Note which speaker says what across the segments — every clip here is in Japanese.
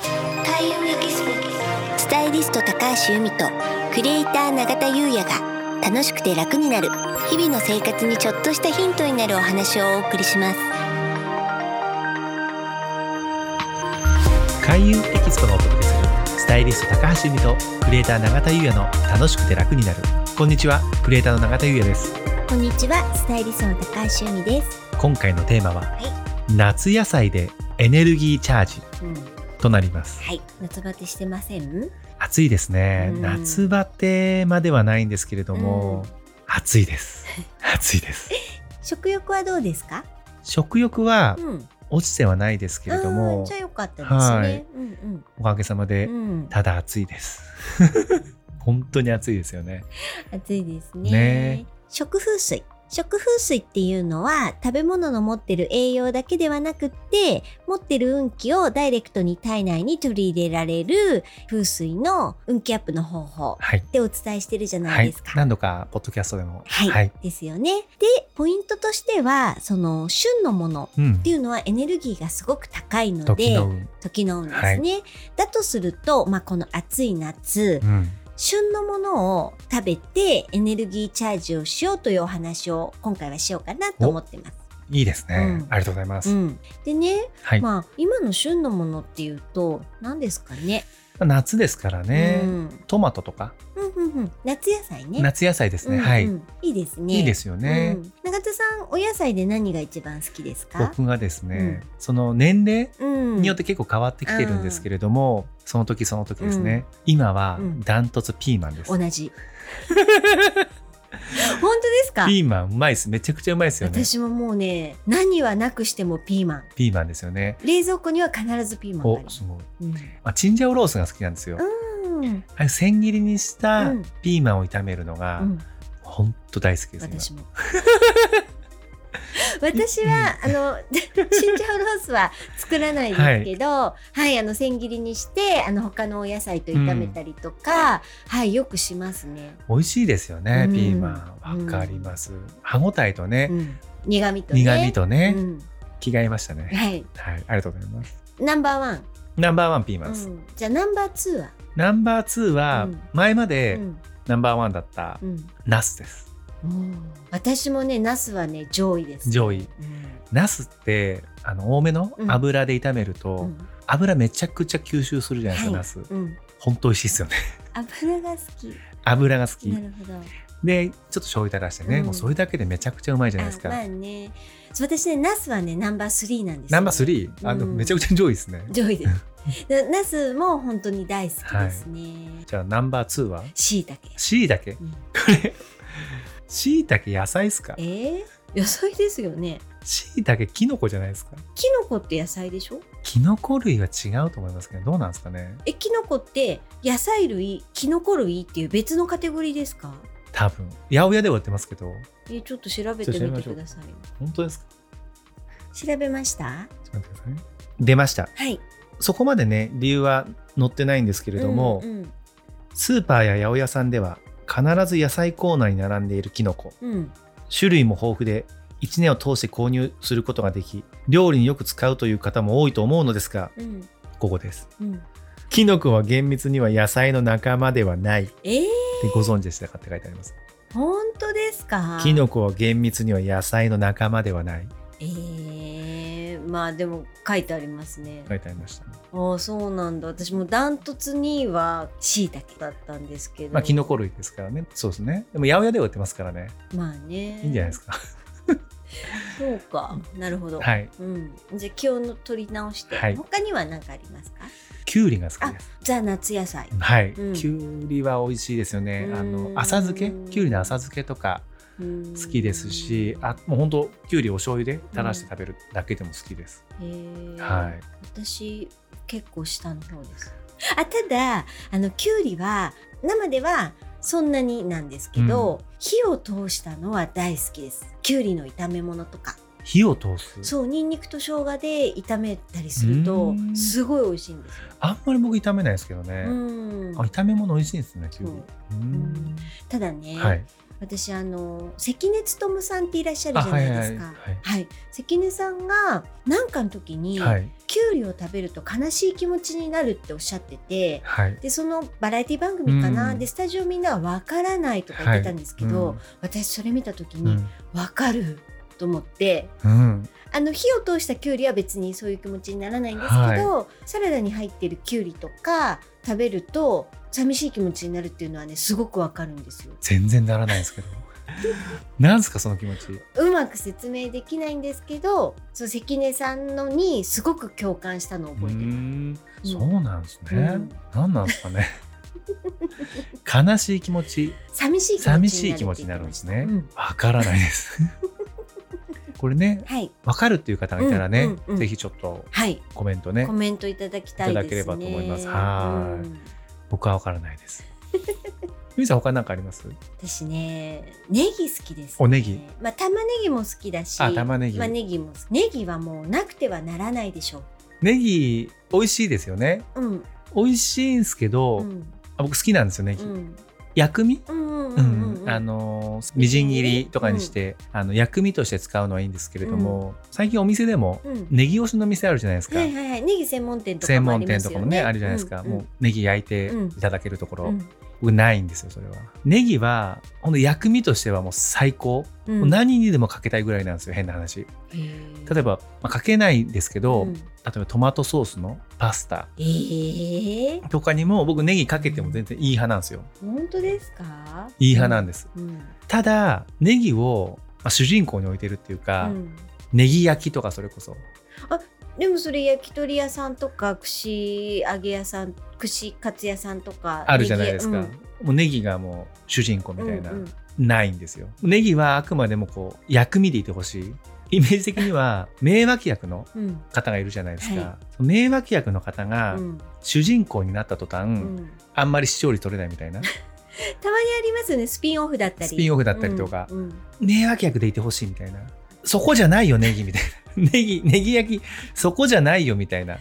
Speaker 1: 田優也ギススタイリスト高橋由美とクリエイター永田優也が楽しくて楽になる日々の生活にちょっとしたヒントになるお話をお送りします
Speaker 2: 開運エキスポがお届けするスタイリスト高橋由美とクリエイター永田優也の楽しくて楽になるこんにちはクリエイターの永田優也です
Speaker 1: こんにちはスタイリストの高橋由美です
Speaker 2: 今回のテーマは、夏野菜でエネルギーチャージ
Speaker 1: うんは
Speaker 2: となります
Speaker 1: い夏バテしてません
Speaker 2: 暑いですね、
Speaker 1: うん
Speaker 2: 夏バテまではないんですけれども、暑いです 暑いです
Speaker 1: 食欲はどうですか
Speaker 2: 食欲は
Speaker 1: うん
Speaker 2: 落ちてはないですけれど
Speaker 1: あー
Speaker 2: も
Speaker 1: じゃあよかったです
Speaker 2: は
Speaker 1: ね
Speaker 2: い
Speaker 1: うん
Speaker 2: おかげさま
Speaker 1: う
Speaker 2: で
Speaker 1: んうん
Speaker 2: ただ暑いです 本当に暑いですよね
Speaker 1: 暑いですね
Speaker 2: ね
Speaker 1: 食風水食風水っていうのは食べ物の持ってる栄養だけではなくって持ってる運気をダイレクトに体内に取り入れられる風水の運気アップの方法
Speaker 2: はい
Speaker 1: ってお伝えしてるじゃな
Speaker 2: はいい
Speaker 1: ですか。
Speaker 2: 何度かポッドキャストでも
Speaker 1: はい、
Speaker 2: はい、
Speaker 1: ですよね。でポイントとしてはその旬のもの
Speaker 2: うん
Speaker 1: っていうのはエネルギーがすごく高いので
Speaker 2: 時の運
Speaker 1: 時の運ですね。だとすると、まあ、この暑い夏、
Speaker 2: うん
Speaker 1: 旬のものを食べてエネルギーチャージをしようというお話を今回はしようかなと思ってます。
Speaker 2: いいですね、
Speaker 1: うん
Speaker 2: ありがとうございます、
Speaker 1: うん、でね、
Speaker 2: はい、ま
Speaker 1: まあ今の旬のものっていうと何ですかね。
Speaker 2: あ夏ですからね、
Speaker 1: うん
Speaker 2: トマトとか
Speaker 1: うんうんうん、夏野菜ね。
Speaker 2: 夏野菜ですね、
Speaker 1: うんうん
Speaker 2: はい、
Speaker 1: いいですね。
Speaker 2: いいですよね、
Speaker 1: うん永田さんお野菜で何が一番好きですか？
Speaker 2: 僕がですね、
Speaker 1: う
Speaker 2: その年齢
Speaker 1: うん、
Speaker 2: によって結構変わってきてるんですけれども、その時その時ですね、今は
Speaker 1: うん
Speaker 2: ダントツピーマンです、
Speaker 1: 同じ。 本当ですか？
Speaker 2: ピーマンうまいですめちゃくちゃうまいですよね
Speaker 1: 私ももうね何はなくしてもピーマン
Speaker 2: ピーマンですよね
Speaker 1: 冷蔵庫には必ずピーマンがあり
Speaker 2: お
Speaker 1: ます
Speaker 2: すごい、
Speaker 1: うん
Speaker 2: まあ、チンジャオロースが好きなんですよ、
Speaker 1: うん
Speaker 2: あれ千切りにした
Speaker 1: うん
Speaker 2: ピーマンを炒めるのが
Speaker 1: うん
Speaker 2: 本当大好きです、
Speaker 1: 私
Speaker 2: ね
Speaker 1: も私はあ のチンジャオロースは作らないですけど、はい、あの千切りにしてあの他のお野菜と炒めたりとか、はいよくしますね。
Speaker 2: 美味しいですよね、
Speaker 1: うん
Speaker 2: ピーマンわかります、歯ごたえとね、
Speaker 1: うん、苦味とね。
Speaker 2: 苦味とね、
Speaker 1: うん
Speaker 2: 着替えましたね、
Speaker 1: はい。
Speaker 2: はいありがとうございます
Speaker 1: ナンバーワン。
Speaker 2: ナンバーワンピーマ
Speaker 1: う
Speaker 2: ンです、
Speaker 1: ん、じゃあナンバーツーは。
Speaker 2: ナンバーツーは
Speaker 1: うん
Speaker 2: 前ま
Speaker 1: う
Speaker 2: で
Speaker 1: ん
Speaker 2: ナンバーワンだった
Speaker 1: うん。
Speaker 2: ナスです
Speaker 1: うん私もねナスはね上位です。
Speaker 2: 上位
Speaker 1: うん
Speaker 2: ナスってあの多めの
Speaker 1: うん
Speaker 2: 油で炒めると、
Speaker 1: うん
Speaker 2: 油めちゃくちゃ吸収するじゃないですか、
Speaker 1: はい
Speaker 2: ナス
Speaker 1: うん。
Speaker 2: 本当美味しいですよね
Speaker 1: 油が好き。
Speaker 2: 油が好き、
Speaker 1: なるほど。
Speaker 2: でちょっと醤油垂らしてね、
Speaker 1: うん
Speaker 2: もうそれだけでめちゃくちゃうまいじゃないですか、
Speaker 1: あまあねそう私ねナスはねナンバースリーなんですよ
Speaker 2: ナンバースリーあの、
Speaker 1: うん
Speaker 2: めちゃくちゃ上位ですね
Speaker 1: 上位ですでナスも本当に大好きですね
Speaker 2: じゃあナンバーツーは
Speaker 1: しいたけ
Speaker 2: しいたけしいたけ野菜ですか
Speaker 1: えー、野菜ですよね
Speaker 2: しいたけきのこじゃないですか
Speaker 1: キノコって野菜でしょ
Speaker 2: きのこ類は違うと思いますけどどうなんですかね
Speaker 1: えキノコって野菜類キノコ類っていう別のカテゴリーですか
Speaker 2: 多分八百屋では売ってますけど
Speaker 1: えちょっと調べてみてください
Speaker 2: 本当ですか
Speaker 1: 調べました
Speaker 2: ちょっと待ってくださいね出ました
Speaker 1: はい
Speaker 2: そこまでね理由は載ってないんですけれども、
Speaker 1: うん
Speaker 2: スーパーや八百屋さんでは必ず野菜コーナーに並んでいるきのこ
Speaker 1: うん、うん
Speaker 2: 種類も豊富で1年を通して購入することができ料理によく使うという方も多いと思うのですが
Speaker 1: うん
Speaker 2: ここです
Speaker 1: うん
Speaker 2: キノコは厳密には野菜の仲間ではないって
Speaker 1: えー、
Speaker 2: ご存知でしたかって書いてあります
Speaker 1: 本当ですか
Speaker 2: キノコは厳密には野菜の仲間ではない
Speaker 1: えー、まあでも書いてありますね
Speaker 2: 書いてありました、ね
Speaker 1: ああそうなんだ私もダントツ2位はしいたけだったんですけど
Speaker 2: まあキノコ類ですからねそうですねでも八百屋では売ってますからね
Speaker 1: まあね
Speaker 2: いいんじゃないですか
Speaker 1: そうかなるほど、
Speaker 2: はい
Speaker 1: うん、じゃあ気を取り直して、
Speaker 2: はい
Speaker 1: 他には何かありますか
Speaker 2: きゅうりが好きです
Speaker 1: ザ夏野菜
Speaker 2: はい、
Speaker 1: うん
Speaker 2: きゅうりは美味しいですよねあ
Speaker 1: う
Speaker 2: の
Speaker 1: ん
Speaker 2: 浅漬けきゅうりの浅漬けとか好
Speaker 1: 好
Speaker 2: きですしあもう本当きゅうりお醤油で垂らして食べるだけでも好きです、
Speaker 1: へー
Speaker 2: はい
Speaker 1: 私結構下の方ですあただあのきゅうりは生ではそんなになんですけど、火を通したのは大好きですきゅうりの炒め物とか
Speaker 2: 火を通す
Speaker 1: そうにんにくと生姜で炒めたりすると
Speaker 2: うん
Speaker 1: すごい美味しいんですよ。
Speaker 2: あんまり僕炒めないですけどね、
Speaker 1: うん
Speaker 2: あ炒め物美味しいんですねきゅうり
Speaker 1: そう
Speaker 2: うーん
Speaker 1: ただね、
Speaker 2: はい
Speaker 1: 私あの関根勤さんっていらっしゃる
Speaker 2: あ
Speaker 1: じゃ
Speaker 2: は
Speaker 1: ないい
Speaker 2: は
Speaker 1: で
Speaker 2: い
Speaker 1: す
Speaker 2: は
Speaker 1: か。はい、関根さんが何かの時
Speaker 2: い
Speaker 1: に、
Speaker 2: はい
Speaker 1: キュウリを食べると悲しい気持ちになるっておっしゃってて
Speaker 2: はい
Speaker 1: でそのバラエティ番組かな、
Speaker 2: うん
Speaker 1: でスタジオみんなは分からないとか言ってたんですけど、私それ見た時
Speaker 2: うんう
Speaker 1: に
Speaker 2: ん
Speaker 1: 分かると思って、
Speaker 2: うん
Speaker 1: あの火を通したきゅうりは別にそういう気持ちにならないんですけど、サラダに入ってるきゅうりとか食べると寂しい気持ちになるっていうのはねすごくわかるんですよ
Speaker 2: 全然ならな いですけどなんすかその気持ち
Speaker 1: うまく説明できないんですけどそう関根さんのにすごく共感したのを覚えて
Speaker 2: うー
Speaker 1: る、う
Speaker 2: ん
Speaker 1: ん
Speaker 2: そうなんですね、
Speaker 1: うん
Speaker 2: なんなんですかね悲しい気持ち
Speaker 1: 寂しい気持ちになる
Speaker 2: 寂しい気持ちになるんですね
Speaker 1: って言ってまし
Speaker 2: わからないです これね
Speaker 1: たうんはい
Speaker 2: わかるっていう方がいたらね、
Speaker 1: うんうんうん
Speaker 2: ぜひちょっと
Speaker 1: はい
Speaker 2: コメントね
Speaker 1: コメントいただきたいですね
Speaker 2: いただければと思いますはーい
Speaker 1: うん
Speaker 2: 僕はわからないですゆみさん他なんかあります
Speaker 1: 私ねネギ好きです、ね、
Speaker 2: おネギ
Speaker 1: まあ玉ねぎも好きだし
Speaker 2: あ玉ねぎ、
Speaker 1: まあ、ネギもネギはもうなくてはならないでしょ
Speaker 2: ネギ美味しいですよね
Speaker 1: う。うん、
Speaker 2: 美味しいんですけど、
Speaker 1: うん、
Speaker 2: あ僕好きなんですよネ
Speaker 1: う
Speaker 2: ギ、
Speaker 1: ん、
Speaker 2: 薬味
Speaker 1: うん、
Speaker 2: う
Speaker 1: うんん、うん、
Speaker 2: あのーみじん切りとかにして、あの薬味として使うのはいいんですけれども、最近お店でも
Speaker 1: うん、
Speaker 2: ネギ推しの店あるじゃないですか、
Speaker 1: はいはいはい、ネギ専門店とか
Speaker 2: 専
Speaker 1: もあ
Speaker 2: 門
Speaker 1: りま
Speaker 2: 店
Speaker 1: す
Speaker 2: と
Speaker 1: よ、ね、
Speaker 2: かもねあるじゃないですか、
Speaker 1: うん
Speaker 2: もうネギ焼いていただけるところ、
Speaker 1: うん、
Speaker 2: 僕ないんですよそれはネギはほんと薬味としてはもう最高、
Speaker 1: うん
Speaker 2: もう何にでもかけたいぐらいなんですよ変な話例えば、まあ、かけないですけど、
Speaker 1: うん
Speaker 2: 例えばトマトソースのパスタ
Speaker 1: えー、
Speaker 2: とかにも僕ネギかけても全然いい派なんですよ
Speaker 1: 本当ですか？
Speaker 2: いい派なんです、
Speaker 1: うん、うん、
Speaker 2: ただネギを、まあ、主人公に置いてるっていうか、
Speaker 1: うん
Speaker 2: ネギ焼きとかそれこそ
Speaker 1: でもそれ焼き鳥屋さんとか串揚げ屋さん、串カツ屋さんとか
Speaker 2: あるじゃないですか、
Speaker 1: ネギ
Speaker 2: もうネギがもう主人公みたいな、
Speaker 1: うんうん
Speaker 2: ないんですよネギはあくまでもこう薬味でいてほしいイメージ的には名脇役の
Speaker 1: うん、うん、
Speaker 2: 方がいるじゃないですか、
Speaker 1: は
Speaker 2: その名脇役の方が
Speaker 1: うん、
Speaker 2: 主人公になった途端、
Speaker 1: うん、
Speaker 2: あんまり視聴率取れないみたい
Speaker 1: た
Speaker 2: な
Speaker 1: まにありますよね、スピンオフだったり、
Speaker 2: スピンオフだったりとか
Speaker 1: うんうん
Speaker 2: 名脇役でいてほしいみたいなそこじゃないよネギみたいな ネギネギ焼きそこじゃないよみたいな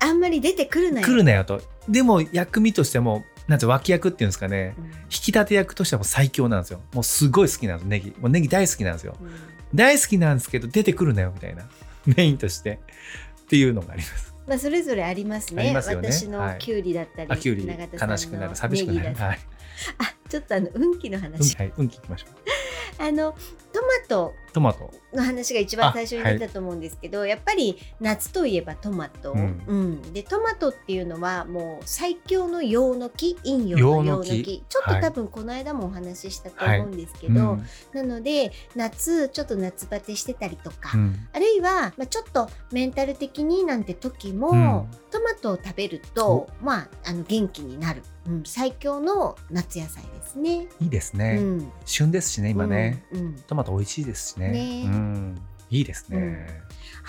Speaker 1: あんまり出てくるなよ。
Speaker 2: 来るなよとでも薬味としてもなんていうの脇役っていうんですかね
Speaker 1: うん
Speaker 2: 引き立て役としても最強なんですよもうすごい好きなんですネギもうネギ大好きなんですよ
Speaker 1: うん
Speaker 2: 大好きなんですけど出てくるなよみたいな メインとしてっていうのがあります
Speaker 1: まあそれぞれあります
Speaker 2: あり
Speaker 1: ね。
Speaker 2: ますよね
Speaker 1: 私の
Speaker 2: はい
Speaker 1: キュウリだったり、
Speaker 2: あきゅうり
Speaker 1: 永田さんの
Speaker 2: 悲しくなる寂しくな
Speaker 1: ネ
Speaker 2: る
Speaker 1: ギだっ
Speaker 2: はい
Speaker 1: たりあ、ちょっとあの運気の
Speaker 2: 運
Speaker 1: 話。
Speaker 2: 気はい運気いきましょう
Speaker 1: あのトマト
Speaker 2: トマト
Speaker 1: の話が一番最初に出たと思うんですけど、やっぱり夏といえばトマト。
Speaker 2: う
Speaker 1: うんん。でトマトっていうのはもう最強の陽の木、陰陽の陽の
Speaker 2: 陽の
Speaker 1: 木
Speaker 2: 木。
Speaker 1: ちょっ
Speaker 2: は
Speaker 1: と
Speaker 2: い
Speaker 1: 多分この間もお話ししたと
Speaker 2: はい
Speaker 1: 思うんですけ
Speaker 2: う
Speaker 1: ど、
Speaker 2: ん
Speaker 1: なので夏ちょっと夏バテしてたりとか。
Speaker 2: うん
Speaker 1: あるいは、まあ、ちょっとメンタル的になんて時も、
Speaker 2: うん
Speaker 1: トマトを食べると、まあ、あの元気になる、うん、最強の夏野菜ですね。
Speaker 2: いいです
Speaker 1: う
Speaker 2: ね
Speaker 1: ん、
Speaker 2: 旬ですしね今ね
Speaker 1: うん、うん
Speaker 2: トマト美味しいですしね
Speaker 1: ね
Speaker 2: うんいいですね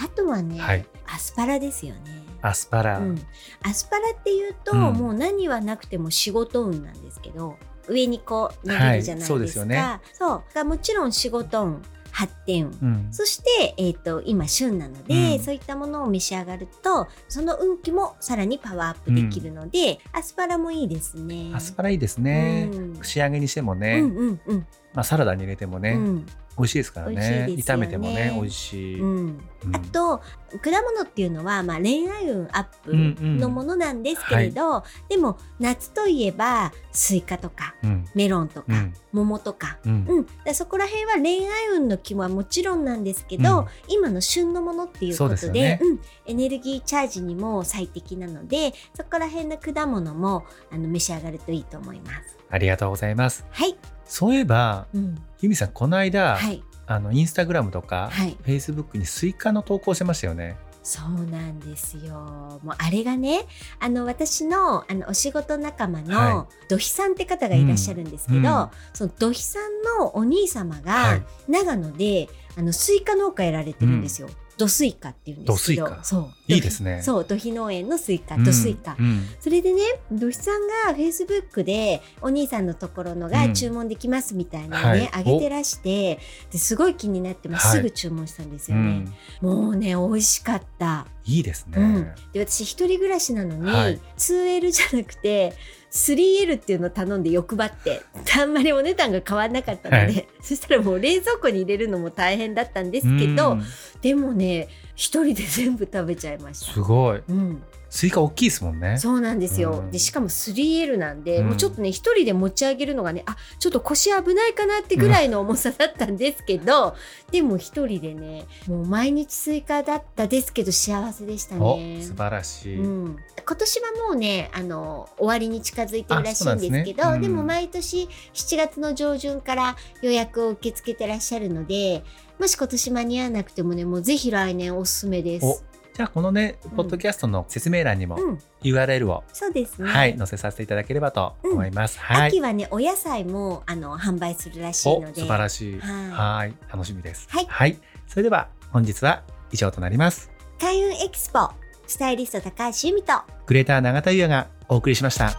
Speaker 1: あとはね、
Speaker 2: はい
Speaker 1: アスパラですよね。
Speaker 2: アスパラ
Speaker 1: うん、アスパラっていうと、
Speaker 2: うん
Speaker 1: もう何はなくても仕事運なんですけど上にこう投げるじゃないですか、
Speaker 2: はいそうですよね
Speaker 1: そうがもちろん仕事運発展運
Speaker 2: うん
Speaker 1: そして、えー、と今旬なので、
Speaker 2: うん
Speaker 1: そういったものを召し上がるとその運気もさらにパワーアップできるので、アスパラもいいですね。
Speaker 2: アスパラいいですね
Speaker 1: うん
Speaker 2: 串揚げにしても
Speaker 1: う
Speaker 2: ね
Speaker 1: んうんうん
Speaker 2: まあサラダに入れても
Speaker 1: う
Speaker 2: ね
Speaker 1: ん
Speaker 2: 美味しいですから
Speaker 1: 美味しい
Speaker 2: ね
Speaker 1: ですよね
Speaker 2: 炒めてもね美味しい
Speaker 1: うん、
Speaker 2: うん
Speaker 1: あと果物っていうのは、まあ、恋愛運ア
Speaker 2: うん
Speaker 1: ップ
Speaker 2: うん
Speaker 1: のものなんですけれど、でも夏といえばスイカとか
Speaker 2: うん
Speaker 1: メロンとか、
Speaker 2: うん
Speaker 1: 桃とか。
Speaker 2: うん
Speaker 1: うん、だからそこら辺は恋愛運の気はもちろんなんですけど、
Speaker 2: うん
Speaker 1: 今の旬のものっていう
Speaker 2: そう
Speaker 1: こと
Speaker 2: で
Speaker 1: ですう、
Speaker 2: よね
Speaker 1: ん、エネルギーチャージにも最適なのでそこら辺の果物もあの召し上がるといいと思います。
Speaker 2: ありがとうございます
Speaker 1: はい、
Speaker 2: そういえば
Speaker 1: うん、
Speaker 2: ゆみさんこの間、
Speaker 1: はい、
Speaker 2: あのインスタグラムとか、
Speaker 1: はい、
Speaker 2: フェイスブックにスイカの投稿してましたよね。
Speaker 1: そうなんですよ。もうあれがね、あの私のあのお仕事仲間
Speaker 2: は
Speaker 1: の土肥さんって方がいらっしゃるんですけど、
Speaker 2: うんうん
Speaker 1: その土肥さんのお兄様
Speaker 2: は
Speaker 1: が
Speaker 2: い
Speaker 1: 長野であのスイカ農家やられてるんですよ。土スイカっていうんですけ
Speaker 2: 土スイ
Speaker 1: ど
Speaker 2: カ、
Speaker 1: そう。
Speaker 2: いいですね
Speaker 1: そう、土肥農園のスイカ、
Speaker 2: うん
Speaker 1: 土スイカ。
Speaker 2: うん
Speaker 1: それでね、土肥さんがフェイスブックでお兄さんのところの
Speaker 2: う
Speaker 1: が
Speaker 2: ん
Speaker 1: 注文できますみたいなのね、あ
Speaker 2: はい
Speaker 1: げてらしてですごい気になって、まあ
Speaker 2: はい
Speaker 1: すぐ注文したんです
Speaker 2: う
Speaker 1: よね。
Speaker 2: ん
Speaker 1: もうね美味しかった
Speaker 2: いいですね、
Speaker 1: うんで私一人暮らしなのに、
Speaker 2: はい
Speaker 1: 2L じゃなくて 3L っていうのを頼んで欲張ってあんまりお値段が変わんなかったので、
Speaker 2: は
Speaker 1: そしたらもう冷蔵庫に入れるのも大変だったんですけ
Speaker 2: う
Speaker 1: ど
Speaker 2: ん
Speaker 1: でもね一人で全部食べちゃいまし
Speaker 2: す
Speaker 1: た。
Speaker 2: ごい
Speaker 1: うん、
Speaker 2: スイカ大きいですもんね
Speaker 1: そうなんですよ、
Speaker 2: うん
Speaker 1: でしかも 3L なんで、
Speaker 2: うん
Speaker 1: もうちょっとね一人で持ち上げるのがねあちょっと腰危ないかなってぐらいの重さだったんですけど、でも一人でねもう毎日スイカだったですけど幸せでした
Speaker 2: お
Speaker 1: ね。
Speaker 2: 素晴らしい、
Speaker 1: うん、今年はもうねあの終わりに近づいてるらしい
Speaker 2: あそうなんん
Speaker 1: で
Speaker 2: ですす
Speaker 1: け
Speaker 2: ね
Speaker 1: どで
Speaker 2: うん
Speaker 1: も毎年7月の上旬から予約を受け付けてらっしゃるのでもし今年間に合わなくてもねもうぜひ来年おすすめで
Speaker 2: お
Speaker 1: す。
Speaker 2: じゃあこのね
Speaker 1: うん
Speaker 2: ポッドキャストの説明欄にも
Speaker 1: うん、
Speaker 2: URL を、
Speaker 1: そうですね、
Speaker 2: はい載せさせていただければと思います、はい
Speaker 1: 秋はねお野菜もあの販売するらしい
Speaker 2: お
Speaker 1: ので
Speaker 2: 素晴らしい
Speaker 1: はい
Speaker 2: はい楽しみです
Speaker 1: はい
Speaker 2: それでは本日は以上となります
Speaker 1: 開運エキスポスタイリスト高橋由美と
Speaker 2: グレーター永田優也がお送りしました